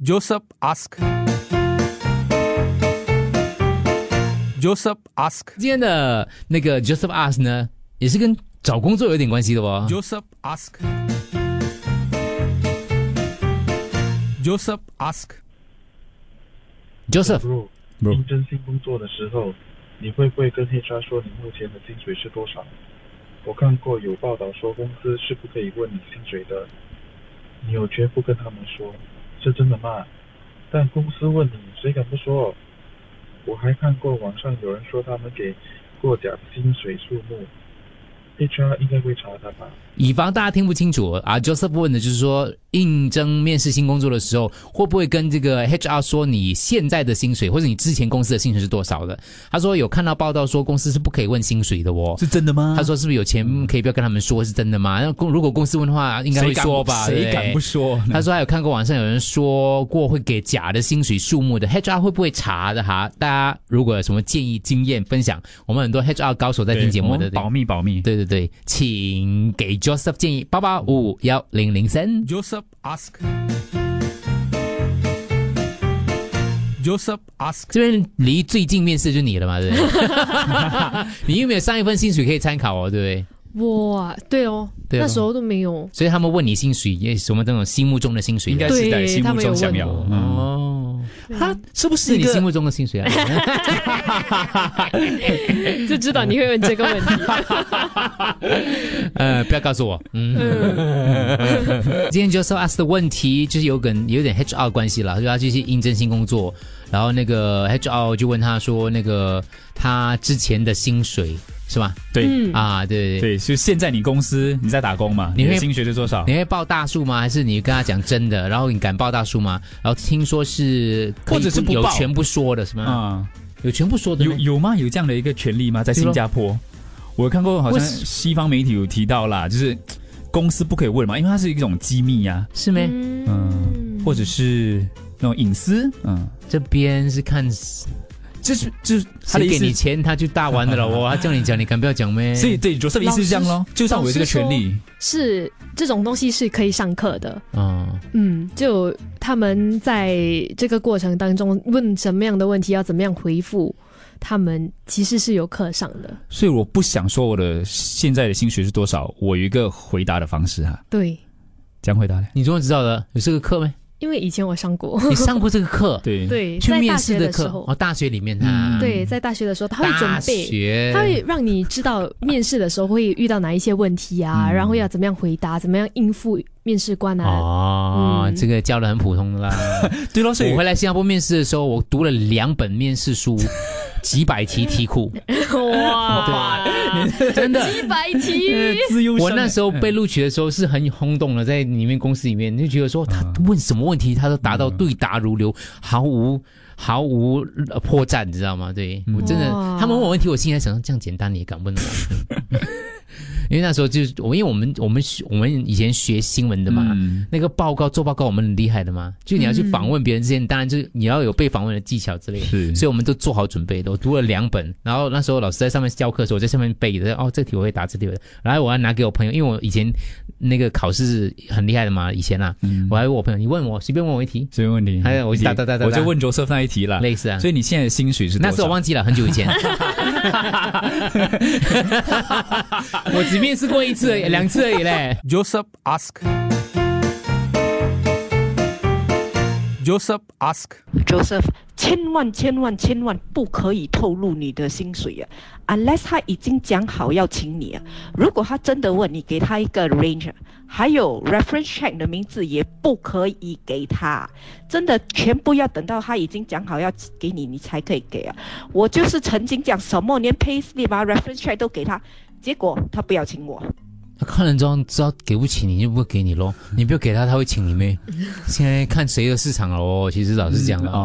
Joseph ask。Joseph ask。今天的那个 Joseph Us 呢，也是跟找工作有点关系的哦。 Joseph ask。Joseph ask。 Joseph，如果应征新工作的时候，你会不会跟 HR 说你目前的薪水是多少？我看过有报道说公司是不可以问你薪水的，你有权不跟他们说，是真的吗？但公司问你，谁敢不说？我还看过网上有人说他们给过奖薪水数目，HR 应该会查他吧？以防大家听不清楚啊，Joseph 问的就是说，应征面试新工作的时候，会不会跟这个 HR 说你现在的薪水，或者你之前公司的薪水是多少的？他说有看到报道说公司是不可以问薪水的哦。是真的吗？他说是不是有钱可以不要跟他们说，是真的吗？那公如果公司问的话，应该会说吧？对谁对敢不说呢？他说还有看过网上有人说过会给假的薪水数目的 HR 会不会查的哈？大家如果有什么建议、经验分享，我们很多 HR 高手在听节目对的我们，保密保密。对对对，请给 Joseph 建议，八八五幺零零三。 Joseph ask。Joseph ask。这边离最近面试就是你了嘛，对不对？你有没有上一份薪水可以参考哦，对不对？哇，对哦，对哦那时候都没有，所以他们问你薪水，也什么这种心目中的薪水，应该是在对心他目们中有想问要，我嗯，哦，他是不是是一你心个？目中的薪水啊？ 就知道你会问这个问题。 呃，不要告诉我。嗯，今天 Joseph ask 的问题就是有跟有点 HR 关系了，就他去应征新工作，然后那个 HR 就问他说，那个他之前的薪水是吧？对嗯，啊，对对对，对，就现在你公司你在打工嘛，你你会的薪水是多少你？会报大数吗？还是你跟他讲真的？然后你敢报大数吗？然后听说是可以或者是不有报权不说的是吗？啊，有权不说的有吗？有吗？有这样的一个权利吗？在新加坡，我看过，好像为什西方媒体有提到啦，就是公司不可以问嘛，因为它是一种机密呀、是没？嗯，或者是那种隐私，嗯，这边是看就是就是他的谁意给你思。钱他就大玩的 了，我他叫你讲你敢不要讲咩？所以对 Joseph 的意思是这样咯，就算我有这个权利，是这种东西是可以上课的。嗯。嗯，就他们在这个过程当中问什么样的问题，要怎么样回复，他们其实是有课上的。所以我不想说我的现在的薪水是多少，我有一个回答的方式哈，对，这样回答嘞。你怎么知道的？有这个课没？因为以前我上过， 你上过这个课？对， 对，去在面大试学的时课候，哦，大学里面嗯啊，对，在大学的时候他会准大备。学，他会让你知道面试的时候会遇到哪一些问题啊，嗯然后要怎么样回答，怎么样应付面试官啊。哦，嗯这个教的很普通的啦。 对咯，所以我回来新加坡面试的时候，我读了两本面试 书，几百题题库，哦哇，真的。一百题，呃自由我那时候被录取的时候是很轰动的，在里面公司里面你就觉得说他问什么问题他都答到对答如流，毫无毫无呃破绽，你知道吗？对我真的哇，他们问我问题，我心里在想这样简单你也敢问我？ 因为那时候就是我，因为我们我们我们以前学新闻的嘛，嗯那个报告做报告我们很厉害的嘛，就你要去访问别人之前，当然就是你要有被访问的技巧之类的。是所以我们都做好准备的。我读了两本，然后那时候老师在上面教课的时候，我在下面背的。哦，这题我会答，这题我会答。然后我还拿给我朋友，因为我以前那个考试很厉害的嘛，以前啊，嗯我还问我朋友，你问我随便问我一题，所以问题，哎我答答答答答我就问 Joseph 那一题了。类似啊。所以你现在的薪水是多那少？时候我忘记了，很久以 前。我只面试过一次而已，两次而已 嘞。 Joseph ask。Joseph ask。 Joseph，千万千万千万不可以透露你的薪水啊，unless 他已经讲好要请你啊。如果他真的问你，给他一个 range，啊还有 reference check 的名字也不可以给他，真的全部要等到他已经讲好要给你，你才可以给啊。我就是曾经讲什么连 pay slip 啊 reference check 都给他，结果他不要请我。他看人装知道给不起你就不会给你咯，你不要给他，他会请你咩？现在看谁的市场了哦，其实老实讲了，哦，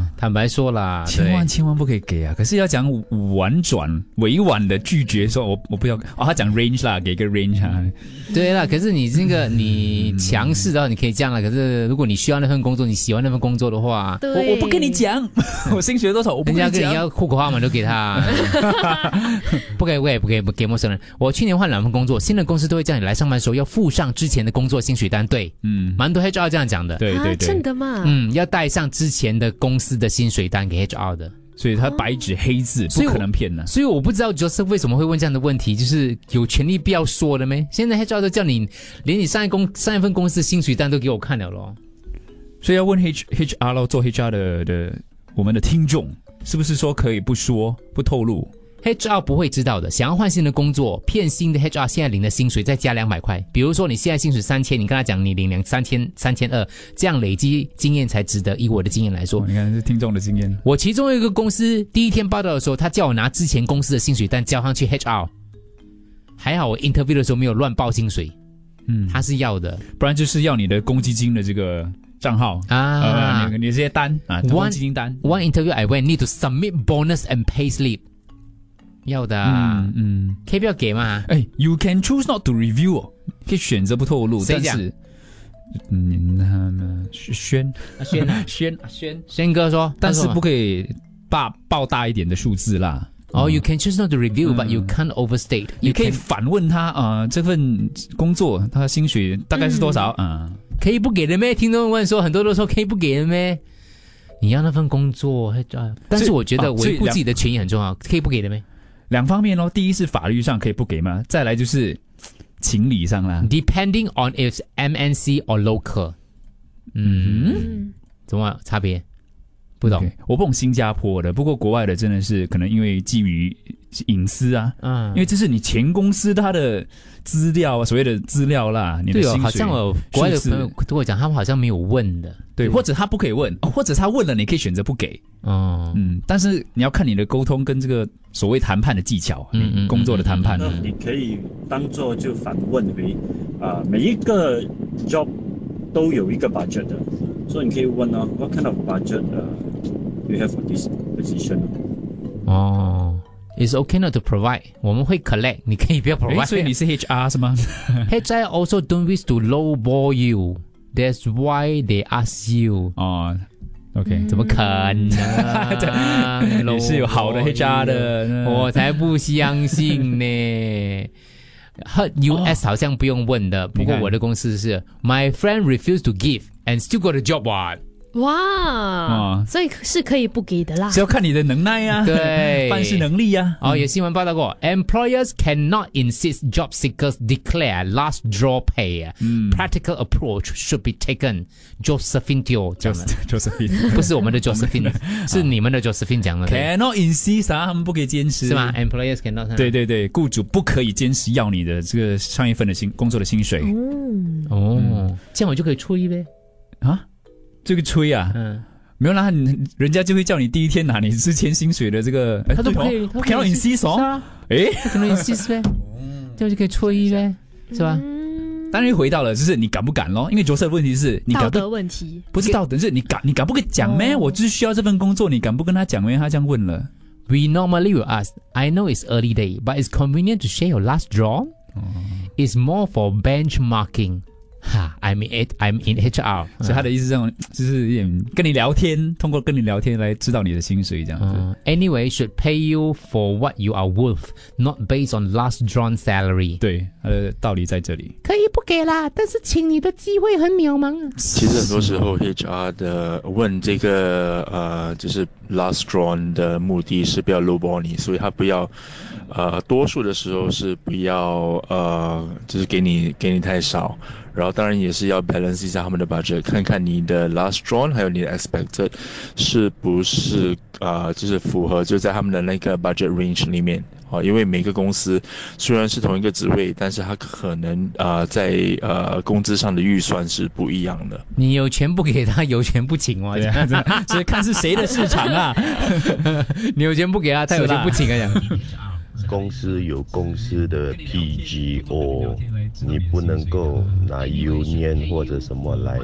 哦，坦白说啦，千万啊对千万不可以给啊！可是要讲婉转、委婉的拒绝说，我我不要。哦，他讲 range 啦，给个 range 啊。对啦，可是你这嗯个你强势的话，你可以这样啦。可是如果你需要那份工作，你喜欢那份工作的话，对，我我不跟你讲， 我薪水多少，我不人跟家你跟你讲。要户口 号码都给他，不给不给不给不给陌生人。我去年换两份工作，新的公司都会叫你来上班的时候要附上之前的工作薪水单，对，嗯，蛮多 HR 这样讲的。对对啊，真对，的吗？嗯，要带上之前的公司的薪水单给 HR 的。所以他白纸黑字，不所以我可能骗的。啊所以我不知道 Joseph 为什么会问这样的问题，就是有权利必要说的咩？现在 HR 都叫你连你上一公上一份公司的薪水单都给我看了咯。所以要问 H H R 咯，做 H R 的的我们的听众，是不是说可以不说不透露？ HR 不会知道的。想要换新的工作，骗新的 HR 现在领的薪水再加两百块。比如说你现在薪水三千，你跟他讲你领两三千三千二，这样累积经验才值得。以我的经验来说哦，你看是听众的经验，我其中有一个公司第一天报道的时候，他叫我拿之前公司的薪水单交上去 HR。还好我 interview 的时候没有乱报薪水，嗯，他是要的不然就是要你的公积金的这个账号啊。呃，你你这些单啊， One- 公积金单， One interview I went need to submit bonus and pay slip，要的、啊嗯嗯，可以不要给嘛？哎，You can choose not to review，哦可以选择不透露，谁但讲是，嗯，他们宣轩啊 宣 宣，轩哥说，但是他说不可以大报大一点的数字啦。哦、y o u can choose not to review, but 嗯 you can't overstate. 你 You 可以 can 反问他啊、呃这份工作他的薪水大概是多少嗯啊、 可以不给的咩？听众问说，很多都说可以不给的咩？你要那份工作，呃但是我觉得啊所以维护两自己的权益很重要，可以不给的咩两方面咯，第一是法律上可以不给嘛，再来就是情理上啦。 ？Depending on if MNC or local，嗯，嗯，怎么差别？不懂 OK，我不懂新加坡的，不过国外的真的是可能因为基于隐私啊，嗯，因为这是你前公司它的资料啊，所谓的资料啦，你的对薪哦，水好像我国外的数字朋友跟我讲，他们好像没有问的，对，或者他不可以问，哦或者他问了，你可以选择不给。哦，嗯，但是你要看你的沟通跟这个所谓谈判的技巧，嗯嗯嗯，工作的谈判。那你可以当做就反问为，啊、每一个 job 都有一个 budget 的，所以你可以问哦，What kind of budget 呃、you have for this position？哦，It's okay not to provide，我们会 collect，你可以不要诶 provide。所以你是 HR 是 吗？ HR also don't wish to lowball you. That's why they ask you. 哦，OK，怎么可能？ 你是有好的 HR 的，嗯 lowball you，我哦才不相信呢。和 Oh。US 好像不用问的，不你过看我的公司是 My friend refused to give and still got a job. What？ 嗯哇哦，所以啊是可以不给的啦只。要看你的能耐呀、对办事能力啊呀、哦，有新闻报道过，employers cannot insist job seekers declare last draw pay. Practical approach should be taken. Josephine Teo 讲的， Josephine 不是我们 的 Josephine，是你们的 Josephine 讲的，对 cannot insist 啊，他们不可以坚持是吗？？Employers cannot. 对对对，雇主不可以坚持要你的这个上一份的薪工作的薪水、嗯，哦，这样我就可以出一呗。啊。这个吹啊，嗯，没有啦，你人家就会叫你第一天拿你之前薪水的这个，哎他对都不哦可以，不他不可以 cannot insist 是哦。啊，哎，不可能 insist 呗，这样就可以出一呗，是吧？当然又回到了，就是你敢不敢咯？因为 Joseph 的问题是你道敢不德问题，不是道德，是你敢你敢不敢讲咩？哦我就是需要这份工作，你敢不跟他讲咩？他这样问了。 We normally will ask, I know it's early day, but it's convenient to share your last draw. Oh. It's more for benchmarking. 哈，I'm in it, I'm in HR. 所以他的意思是这种，就是有点跟你聊天，通过跟你聊天来知道你的薪水这样子。 Uh, anyway, should pay you for what you are worth, not based on last drawn salary. 对，他的道理在这里。可以不给啦，但是请你的机会很渺茫啊。其实很多时候 HR 的问这个呃，就是 last drawn 的目的是不要 lowball 你，所以他不要呃，多数的时候是不要呃，就是给你给你太少，然后当然也是要 balance 一下他们的 budget，看看你的 last drawn 还有你的 expected 是不是呃，就是符合就在他们的那个 budget range 里面。哦，因为每个公司虽然是同一个职位，但是它可能呃在呃工资上的预算是不一样的。你有钱不给他，有钱不请哦。对 啊，真的所以看是谁的市场 啊。你有钱不给他，他有是钱啦不请啊。这样公司有公司的 PGO，你不能够拿 union 或者什么来，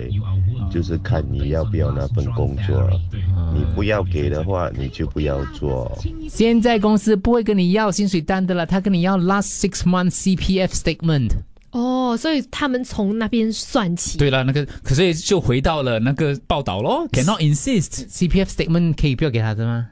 就是看你要不要那份工作。你不要给的话，你就不要做。现在公司不会跟你要薪水单的了，他跟你要 last six month CPF statement。哦，所以他们从那边算起。对了，那个，可是就回到了那个报道咯，cannot insist， CPF statement 可以不要给他的吗？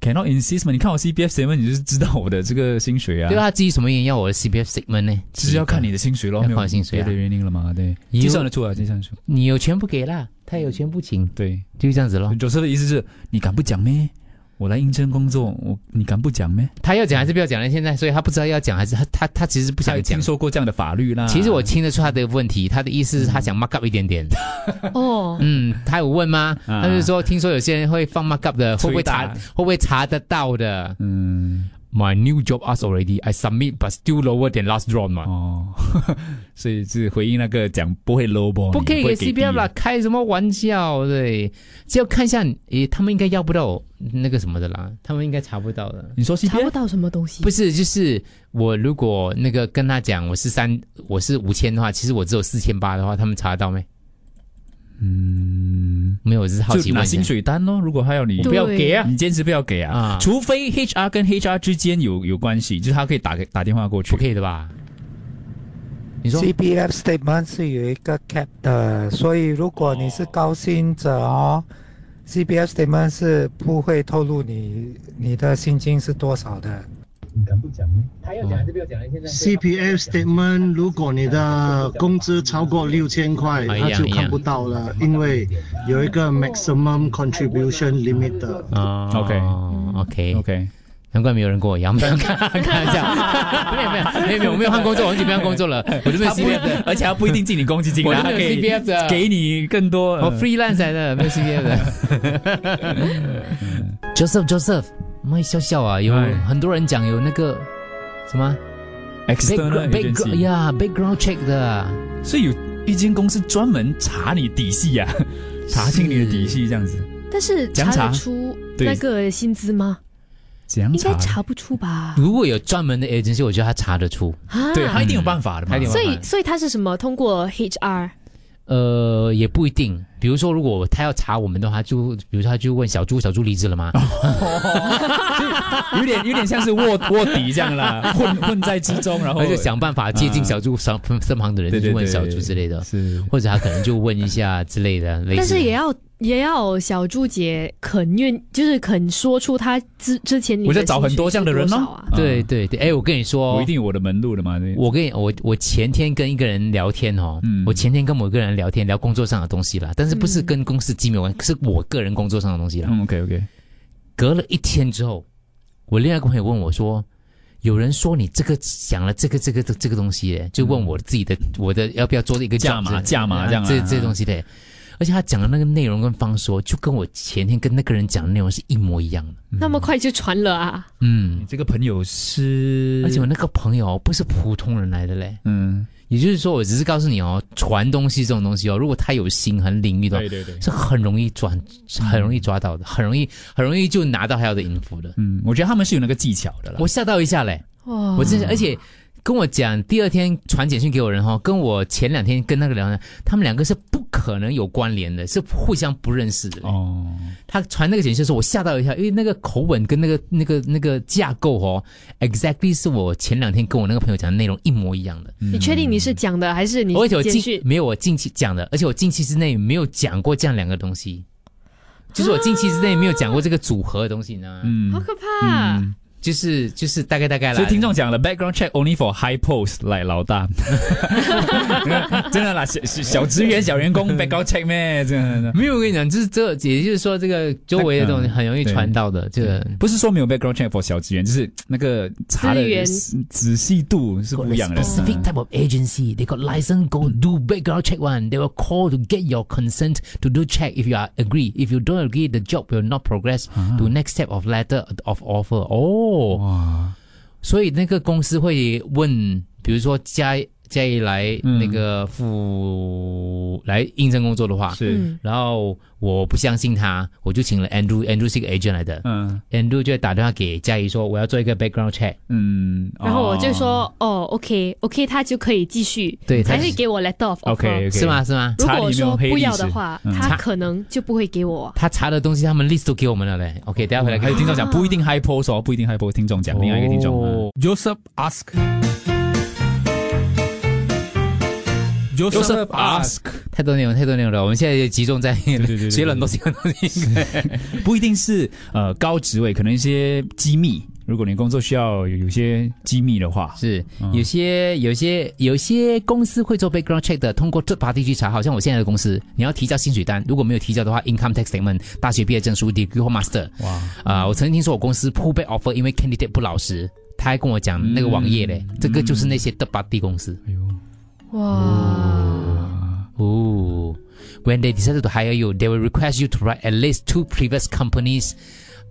cannot insist 嘛。你看我 CPF statement，你就是知道我的这个薪水啊。对啊，他至于什么原因要我的 CPF statement 呢？就是啊要看你的薪水咯，要没有看薪水啊别的原因了嘛？对，有计算得出来，计算得出。你有钱不给啦，他有钱不请，对，就这样子咯。角色的意思是你敢不讲咩？我来应征工作，我你敢不讲咩？他要讲还是不要讲呢？现在，所以他不知道要讲还是他他他其实不他想有讲听。说过这样的法律啦。其实我听得出他的问题，他的意思是嗯他想 mark up 一点点。哦， 嗯，他有问吗？啊他就说，听说有些人会放 mark up 的，会不会吹查大会不会查得到的嗯？My new job asked already. I submit, but still lower than last drawn 嘛。哦， 所以是回应那个讲不会 low ball，不可以给低啊 CPF 啦，开什么玩笑？对，只要看一下，诶，他们应该要不到那个什么的啦，他们应该查不到的。你说查不 CPF 到什么东西不。是，就是我如果那个跟他讲我是三我是五千的话，其实我只有四千八的话，他们查得到没？嗯，没有，我只是好奇就拿问一薪下。水单咯。如果他要你对不要给啊！你坚持不要给啊啊，除非 HR 跟 HR 之间有有关系，就是他可以打给打电话过去。不可以的吧？你说 CPF statement 是有一个 cap 的，所以如果你是高薪者哦，CPF statement 是不会透露你你的薪金是多少的。他哦要讲还是不要讲？现在 CPF statement，如果你的工资超过六千块，哎它呀就看不到了，因为有一个 maximum contribution limit 的。啊 OK OK，嗯 OK，难怪没有人跟我一样，没有看 看一下，没有没有没有没有，我没有换工作，我很久没换工 作了，我就没有他不 CPF 的，而且他不一定进你公积金我啦，都他可没有以 CPF 的，给你更多。我呃 freelance 来的，没有 CPF 的。Joseph Joseph，妈笑笑啊，有哎很多人讲有那个什么 external background agency，呀 background check 的，啊所以有一间公司专门查你底细啊，查清你的底细这样子。但是讲查查得出对那个薪资吗？怎样应该查？查不出吧？如果有专门的 agency，我觉得他查得出。啊，对他一定有办法的嘛他一定有办法所以所以他是什么？通过 HR 呃，也不一定。比如说，如果他要查我们的话，就比如说他就问小猪，小猪离职了吗？哦 哦有点有点像是卧卧底这样啦，混混在之中，然后他就想办法接近小猪身身旁的人，啊对就对去问对小猪之类的，是或者他可能就问 一下之类的。类似但是的也要也要小猪姐肯愿，就是肯说出她之之前你我的在找很多这样的人薪水咯是多少啊。对对对，哎，我跟你说，我一定有我的门路的嘛。对我跟你我我前天跟一个人聊天哦，嗯我前天跟某一个人聊天，聊工作上的东西啦，但是不嗯是跟公司机密有关，是我个人工作上的东西啦。嗯，OK OK，隔了一天之后，我另外一个朋友问我说：“有人说你这个讲了这个这个这个东西耶，就问我自己的我的要不要做一个嗯价码价码这样啊这这东西的。”而且他讲的那个内容跟方说，就跟我前天跟那个人讲的内容是一模一样的。嗯那么快就传了啊？嗯你，这个朋友是，而且我那个朋友不是普通人来的嘞，嗯，也就是说，我只是告诉你哦，传东西这种东西哦，如果他有心很领域的话对，对对，是很容易抓，很容易抓到的，很容易很容易就拿到他要的音符的。嗯，我觉得他们是有那个技巧的啦。我吓到一下嘞，哦哇！我真是，而且跟我讲，第二天传简讯给我人哈、哦，跟我前两天跟那个聊呢，他们两个是不可能有关联的，是互相不认识的。哦，他传那个简讯的时候，我吓到一下，因为那个口吻跟那个那个那个架构哦，exactly 是我前两天跟我那个朋友讲的内容一模一样的。嗯你确定你是讲的还是你而且我简近讯？没有我近期讲的，而且我近期之内没有讲过这样两个东西，就是我近期之内没有讲过这个组合的东西呢。嗯，好可怕！啊就是就是大概大概啦。嗯所以听众讲了，background check only for high post，来老大，真的啦，小小小职员、小员工 background check 咩？真的，没有，我跟你讲，就是这，也就是说，这个周围的东西嗯很容易对传到的。这个不是说没有 background check for 小职员，就是那个查资的源仔细度是不一样的。 specific type of agency, they got license, go do background check one. They will call to get your consent to do check if you are agree. If you don't agree, the job will not progress Ah to next step of letter of offer. 哦，所以那个公司会问，比如说嘉嘉义来那个赴来应征工作的话，嗯是，嗯然后我不相信他，我就请了 Andrew，Andrew 是一个 agent 来的，嗯 Andrew 就会打电话给嘉怡说我要做一个 background check，嗯，然后我就哦说哦，OK，OK，他就可以继续，对他才就会给我 letter of offer。 OK，是吗？是吗？如查果你我有没有说黑不历要史的话，嗯他查可能就不会给我。他查的东西他们 list 都给我们了嘞。OK，等一下回来哦啊还看有。听众讲不一定 high post 哦，不一定 high post。听众讲另外一个听众，啊哦 Joseph ask Joseph ask，太多内容，太多内容了。我们现在集中在对对学了很多这样的东西。不一定是呃高职位，可能一些机密。如果你工作需要有有些机密的话，是有些有些有些公司会做 background check 的，通过 third party 去查。好像我现在的公司，你要提交薪水单，如果没有提交的话，income tax statement、大学毕业证书、degree 或 master。哇啊、我曾经听说我公司 pull back offer，因为 candidate 不老实。他还跟我讲那个网页嘞，嗯这个就是那些 third party 公司。哎哇，哦 Ooh. When they decided to hire you, they will request you to write at least two previous companies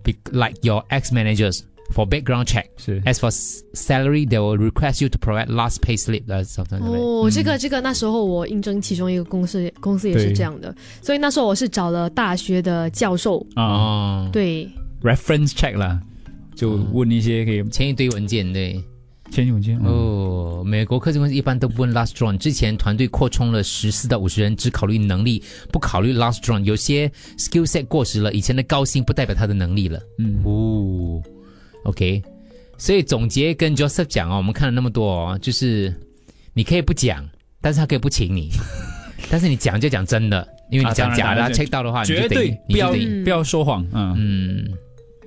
be- like your ex managers for background check. 是 As for s- salary, they will request you to provide last pay slip. That's something like that. 哦，这个这个，那时候我应征其中一个公司，公司也是对这样的，所以那时候我是找了大学的教授，啊、哦，对， reference check 啦，就问一些可以前一堆文件对前几文件哦，哦，美国科技公司一般都不问 last drawn。之前团队扩充了十四到五十人，只考虑能力，不考虑 last drawn。有些 skill set 过时了，以前的高薪不代表他的能力了。嗯，哦，OK，所以总结跟 Joseph 讲哦，我们看了那么多哦，就是你可以不讲，但是他可以不 请你，但是你讲就讲真的，因为你啊讲当然假的、当然，check 到的话，你绝就等对于你不就要等于嗯不要说谎，嗯，嗯，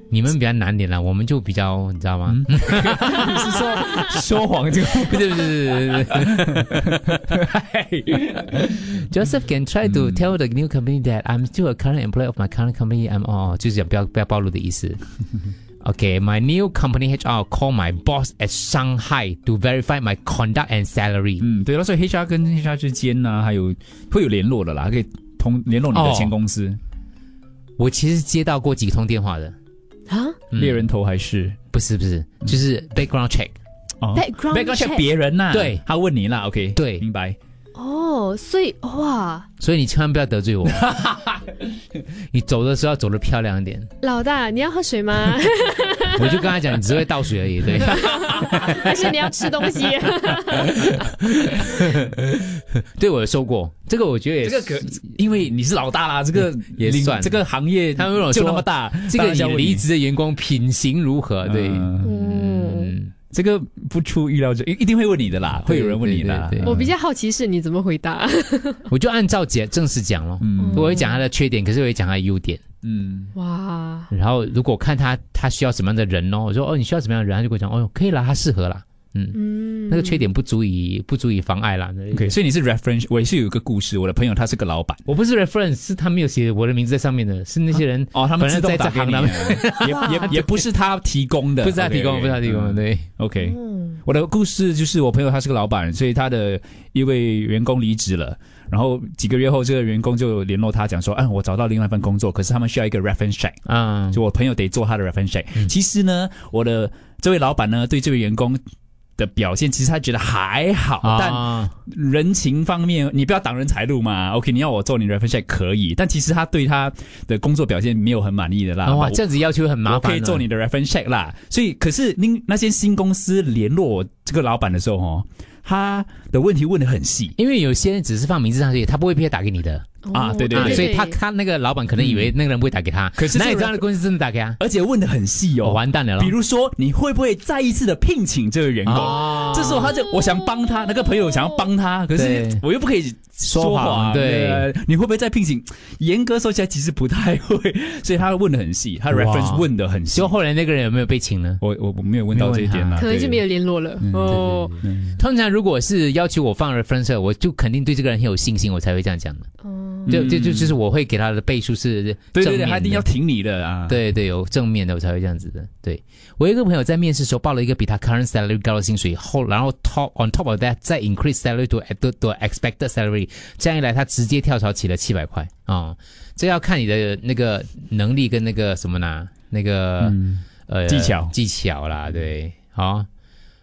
你们比较难点啦，我们就比较你知道嗯吗？你是说说谎这个不是不是不是 ，Joseph can try to 嗯 tell the new company that I'm still a current employee of my current company. I'm 哦，就是讲不要不要暴露的 意思。Okay, my new company HR call my boss at Shanghai to verify my conduct and salary. 嗯，对了，所以 HR 跟 HR 之间呢、还有会有联络的啦，可以通联络你的哦前公司，我其实接到过几通电话的。啊嗯猎人头还是不是不是，就是 background check。哦 Background background check check 别人呐、对他问你啦，OK，对明白，哦，所以哇，所以你千万不要得 罪我。你走的时候要走的漂亮一点。老大你要喝水吗？ 我就跟他讲，你只会倒水而 已。对。还是你要吃东西？对我有收过，这个我觉得也这个可因为你是老大啦，这个也领算这个行业他们跟我就说那么大，这当个然要你问离职的员工品行如何？对，嗯嗯，嗯，这个不出预料之，一一定会问你的啦，对会有人问你的啦。对对对我比较好奇是你怎么回答。我就按照解正式讲咯。嗯我会讲他的缺点，可是我会讲他的优点。嗯，哇，然后如果看他他需要什么样的人哦，我说哦你需要什么样的人，他就跟我讲哦可以啦，他适合啦。嗯，那个缺点不足以不足以妨碍啦。那 OK，所以你是 reference，我也是有一个故事，我的朋友他是个老板，我不是 reference，是他没有写我的名字在上面的，是那些人哦，他们反正自动在打这给行你他啊， 也也也不是他提供的，不是他提供，啊 OK，OK，不是他提供的，嗯对。 OK，嗯我的故事就是我朋友他是个老板，所以他的一位员工离职了，然后几个月后，这个员工就联络他讲说，哎，我找到另外一份工作，可是他们需要一个 reference check，啊，就我朋友得做他的 reference check。其实呢，我的这位老板呢，对这位员工。的表现其实他觉得还好，但啊人情方面你不要挡人财路嘛。OK，你要我做你的 reference check 可以，但其实他对他的工作表现没有很满意的啦。哇我这样子要求很麻我烦啊。可以做你的 reference check 啦。所以，可是您那些新公司联络我这个老板的时候，哦，他的问题问的很细，因为有些人只是放名字上去，他不会偏打给你的，啊哦对对啊对嗯所以他他那个老板可能以为那个人不会打给他，可是这哪个里人知道的公司真的打给他？而且问的很细我哦。完蛋了咯，比如说，你会不会再一次的聘请这个员工？哦这时候他就我想帮他，那个朋友想要帮他，可是对我又不可以说说谎谎。对啊，你会不会再聘请？严格说起来，其实不太会，所以他问的很细，他 reference 哇问的很细就。后来那个人有没有被请呢？我我我没有问到这一点啦，可能就对没有联络了哦。通常如果是要求我放 reference，我就肯定对这个人很有信心，我才会这样讲的。哦，就就就嗯就是我会给他的倍数是对正对面对，的他一定要挺你的啊。对对，有正面的我才会这样子的。对我有一个朋友在面试的时候报了一个比他 current salary 高的薪水，后然后 top on top of that 再 increase salary to to to expected salary，这样一来他直接跳槽起了七百块啊、哦这要看你的那个能力跟那个什么呢？那个、嗯。呃技巧技巧啦，对，好。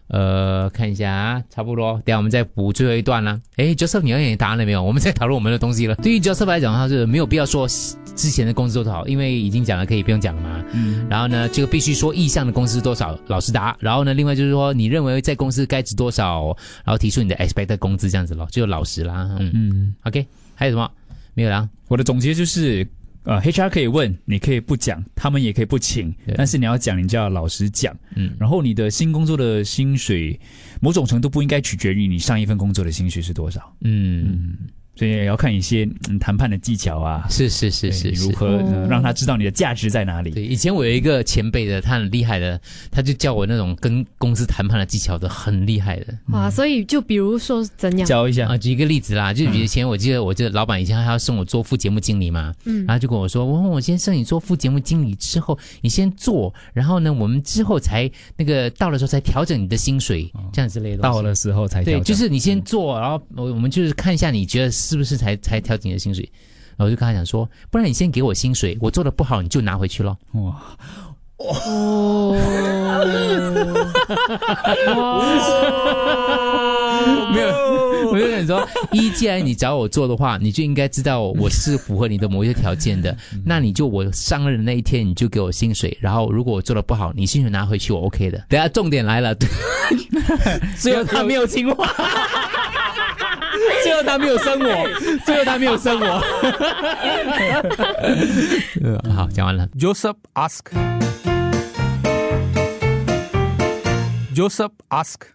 呃，看一下啊，差不多，等一下我们再补最后一段啦。诶 j o s e p h 你要点答案了没有？我们在讨论我们的东西了。对于 Joseph 来讲，他是没有必要说之前的公司多少，因为已经讲了，可以不用讲了嘛。然后呢，这个必须说意向的公司多少，老实答。然后呢，另外就是说你认为在公司该值多少，然后提出你的 expected 工资这样子咯，就老实啦。嗯嗯 o k 还有什么？没有啦。我的总结就是，呃，HR 可以问，你可以不讲，他们也可以不请，对但是你要讲，你就要老实讲。嗯，然后你的新工作的薪水，某种程度不应该取决于你上一份工作的薪水是多少，嗯，嗯，所以也要看一些嗯谈判的技巧啊，是是是对是你是如。何呃哦让他知道你的价值在哪里。对，以前我有一个前辈的，他很厉害的，他就教我那种跟公司谈判的技巧的，很厉害的。哇，所以就比如说怎样，教一下啊，举一个例子啦，嗯就以前我记得，我记得老板以前他要送我做副节目经理嘛，嗯然后就跟我说，我问我先生，你做副节目经理之后，你先做，然后呢，我们之后才那个到的时候才调整你的薪水，这样之类的东西。哦到了时候才对，调整嗯就是你先做，然后我我们就是看一下你觉得是不是才才调整你的薪水。然后我就跟他讲说，不然你先给我薪水，我做的不好你就拿回去咯。哇，哦， 没有，我就想说，一既然你找我做的话，你就应该知道我是符合你的某些条件的，那你就我上任的那一天你就给我薪水，然后如果我做的不好，你薪水拿回去我 OK 的。等下重点来 了，最后他没有 请我，最后他没有生我，最后他没有生我。呃好，讲完了。 Joseph ask. Joseph ask.